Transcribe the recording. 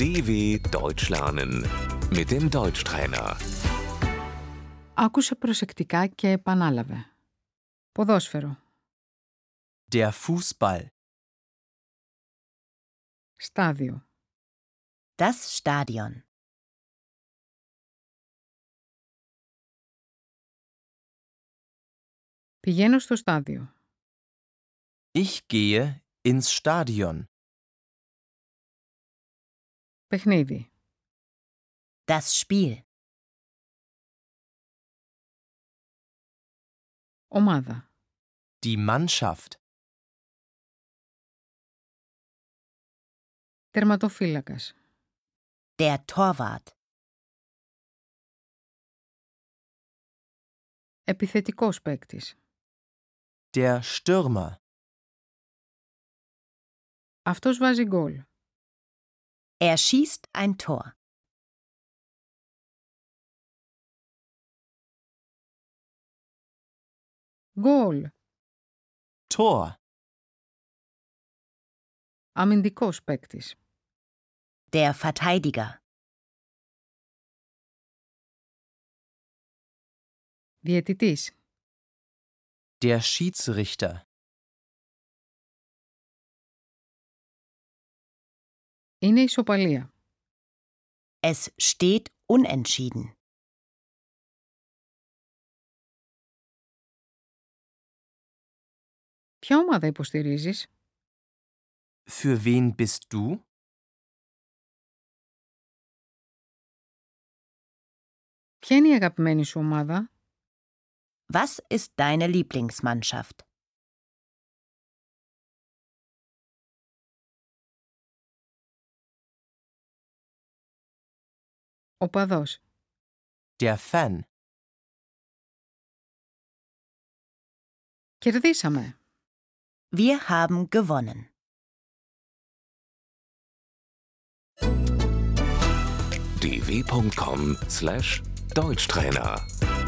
DW Deutsch lernen mit dem Deutschtrainer. Άκουσε προσεκτικά και επανάλαβε. Ποδόσφαιρο. Der Fußball. Στάδιο. Das Stadion. Πηγαίνω στο στάδιο. Ich gehe ins Stadion. Παιχνίδι. Das Spiel. Ομάδα. Die Mannschaft. Τερματοφύλακας. Der Torwart. Επιθετικός παίκτης. Der Stürmer. Αυτός βάζει γκολ. Er schießt ein Tor. Γκολ. Tor. Αμυντικός παίκτης. Der Verteidiger. Διαιτητής. Der Schiedsrichter. Είναι ισοπαλία. Es steht unentschieden. Ποια ομάδα υποστηρίζεις? Für wen bist du? Ποια είναι η αγαπημένη σου ομάδα? Was ist deine Lieblingsmannschaft? Οπαδός. Der Fan. Κερδίσαμε. Wir haben gewonnen. dw.com/deutschtrainer